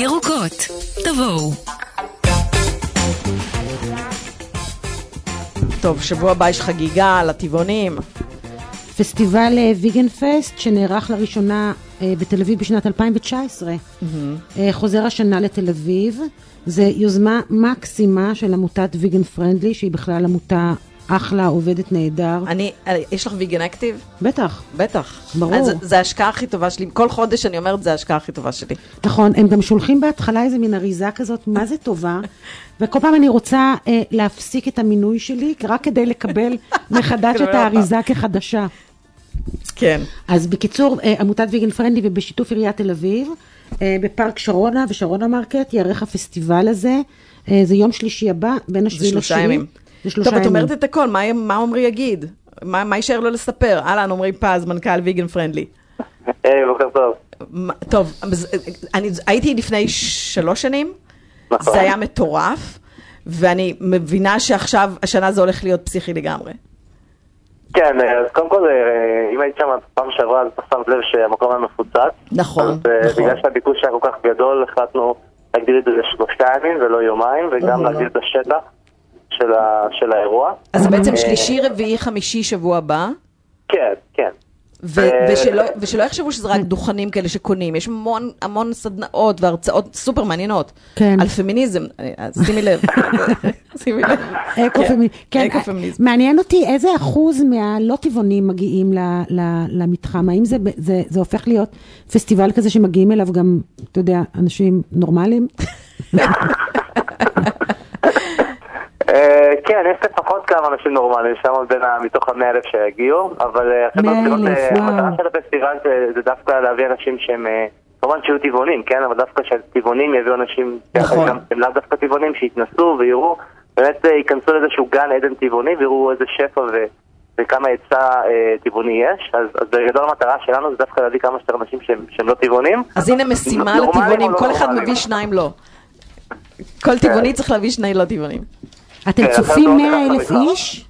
ירוקות, תבואו. טוב, שבוע הבא יש חגיגה לטבעונים. פסטיבל אה, ויגן פסט, שנערך לראשונה אה, בתל אביב בשנת 2019, אה, חוזר השנה לתל אביב. זו יוזמה מקסימה של עמותת ויגן פרנדלי, שהיא בכלל עמותה אחלה, עובדת נהדר. אני, אה, יש לך ויגן אקטיב? בטח, בטח. ברור. אז זה ההשקעה הכי טובה שלי. כל חודש אני אומרת, זה ההשקעה הכי טובה שלי. נכון, הם גם שולחים בהתחלה איזה מין אריזה כזאת, מה זה טובה, וכל פעם אני רוצה אה, להפסיק את המינוי שלי, רק כדי לקבל מחדש כאילו, את לא האריזה כחדשה. כן. אז בקיצור, אה, עמותת ויגן פרנדלי ובשיתוף עיריית תל אביב, אה, בפארק שרונה ושרונה מרקט, ייערך הפסטיבל הזה. אה, זה יום שלישי הבא, בין זה השביעי שלושה לשני. ימים. זה שלושה טוב, ימים. את אומרת את הכל, מה- מה עמרי יגיד? מה מה יישאר לו לספר? אהלן, עמרי פז, מנכ"ל ויגן פרנדלי. היי, בוקר טוב. מה- טוב, אז, אה, אני הייתי לפני שלוש שנים, נכון. זה היה מטורף, ואני מבינה שעכשיו, השנה זה הולך להיות פסיכי לגמרי. כן, אה, אז קודם כל, אה, אם היית שם פעם שעברה, אז אתה שמת לב שהמקום היה מפוצץ. נכון, אז אה, נכון. בגלל שהביקוש היה כל כך גדול, החלטנו להגדיל את זה לשלושה ימים ולא יומיים, לא, וגם להגדיל את השטח של ה- של האירוע. אז בעצם אה, שלישי, רביעי, חמישי, שבוע הבא, כן, כן. ו- אה, ושלא, ושלא יחשבו שזה רק דוכנים כאלה שקונים, יש המון, המון סדנאות והרצאות סופר מעניינות. כן. על פמיניזם, אה, אז שימי לב, שימי לב. אקו-פמיניזם. כן, אקו-פמיניזם. מעניין אותי איזה אחוז מהלא טבעונים מגיעים ל- ל- למתחם. האם זה, ב- זה, זה הופך להיות פסטיבל כזה שמגיעים אליו גם, אתה יודע, אנשים נורמליים? אה, כן, יש לפחות כמה אנשים נורמליים שם, בין ה- מתוך המאה אלף שהגיעו, אבל אה, עכשיו 100,000, ברצינות, אה, וואו. המטרה של הפסטיבל זה- זה דווקא להביא אנשים שהם, אה, כמובן שיהיו טבעונים, כן? אבל דווקא שהטבעונים יביאו אנשים, כן, נכון. גם- הם לאו דווקא טבעונים, שיתנסו ויראו, באמת אה, ייכנסו לאיזשהו גן עדן טבעוני ויראו איזה שפע ו... וכמה היצע אה, טבעוני יש, אז, אז בגדול המטרה שלנו זה דווקא להביא כמה שיותר אנשים שהם, שהם לא טבעונים. אה, אז הנה משימה נורמליים לטבעונים, או לא כל אחד נורמליים? מביא שניים לא. כל טבעוני צריך להביא שני לא טבעונים. אתם כן, צופים אחרת לא 100 אלף הולך למתחם. איש?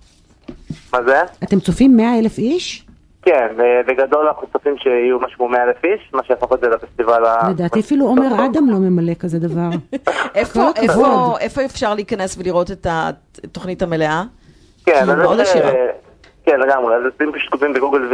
מה זה? אתם צופים 100 אלף איש? כן, אה, בגדול אנחנו צופים שיהיו משהו כמו 100 אלף איש, מה שיהפוך את זה לפסטיבל ה... לדעתי אפילו עומר אדם לא ממלא כזה דבר. איפה, כל הכבוד. איפה, איפה אפשר להיכנס ולראות את התוכנית המלאה? כן, שהיא אז לא מאוד יש, עשירה. אה, כן, לגמרי, אז אם פשוט כותבים בגוגל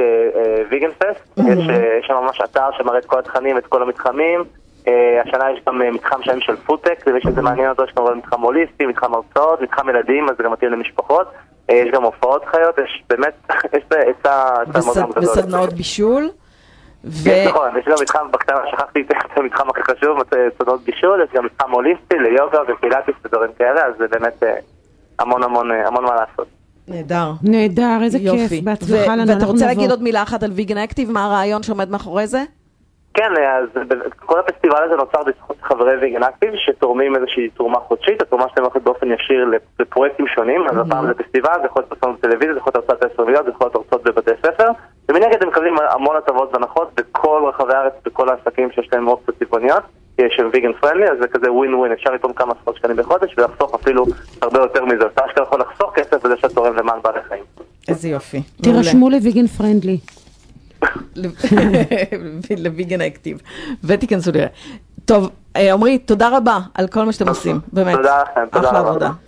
ויגן פסט, יש אה, יש שם ממש אתר שמראה את כל התכנים, את כל המתחמים. אה, השנה יש גם אה, מתחם שם של פודטק, למי שזה מעניין אותו, יש כמובן מתחם הוליסטי, מתחם הרצאות, מתחם ילדים, אז זה גם מתאים למשפחות. אה, יש גם הופעות חיות, יש באמת, יש היצע היצע מאוד מאוד בסד- גדול. בסדנאות בישול? ו... יש, נכון, יש גם מתחם בקטנה, שכחתי את המתחם הכי חשוב, סודות בישול, יש גם מתחם הוליסטי ליוגה ופילאטיס ודברים כאלה, אז זה באמת אה, המון המון אה, המון מה לעשות. נהדר. נהדר, איזה יופי. כיף, בהצלחה ו- לנו, ואתה אנחנו רוצה נבוא. להגיד עוד מילה אחת על ויגן אקטיב? מה הרעיון שעומד מאחורי זה? כן, אז ב- כל הפסטיבל הזה נוצר בזכות חברי ויגן אקטיב שתורמים איזושהי תרומה חודשית, התרומה שלהם הולכת באופן ישיר לפרויקטים שונים, אז הפעם זה פסטיבל, זה יכול להיות פרסום בטלוויזיה, זה יכול להיות הרצאות הישראליות, זה יכול להיות הרצאות בבתי ספר, ומנגד הם מקבלים המון הטבות והנחות בכל רחבי הארץ, בכל העסקים שיש להם אופציות צבעוניות, אה, שהם ויגן פרנדלי, אז זה כזה ווין ווין, אפשר לתרום כמה עשרות שקלים בחודש ולחסוך אפילו הרבה יותר מזה, אתה אשכרה יכול לחסוך כסף בזה שאתה תורם למען בעלי חיים. איזה יופי. תירשמו לוויגן פרנדלי. לוויגן אקטיב. ותיכנסו לראה. טוב, אה, עמרי, תודה רבה על כל מה שאתם עושים. באמת. תודה לכם, תודה אחלה רבה. עבודה.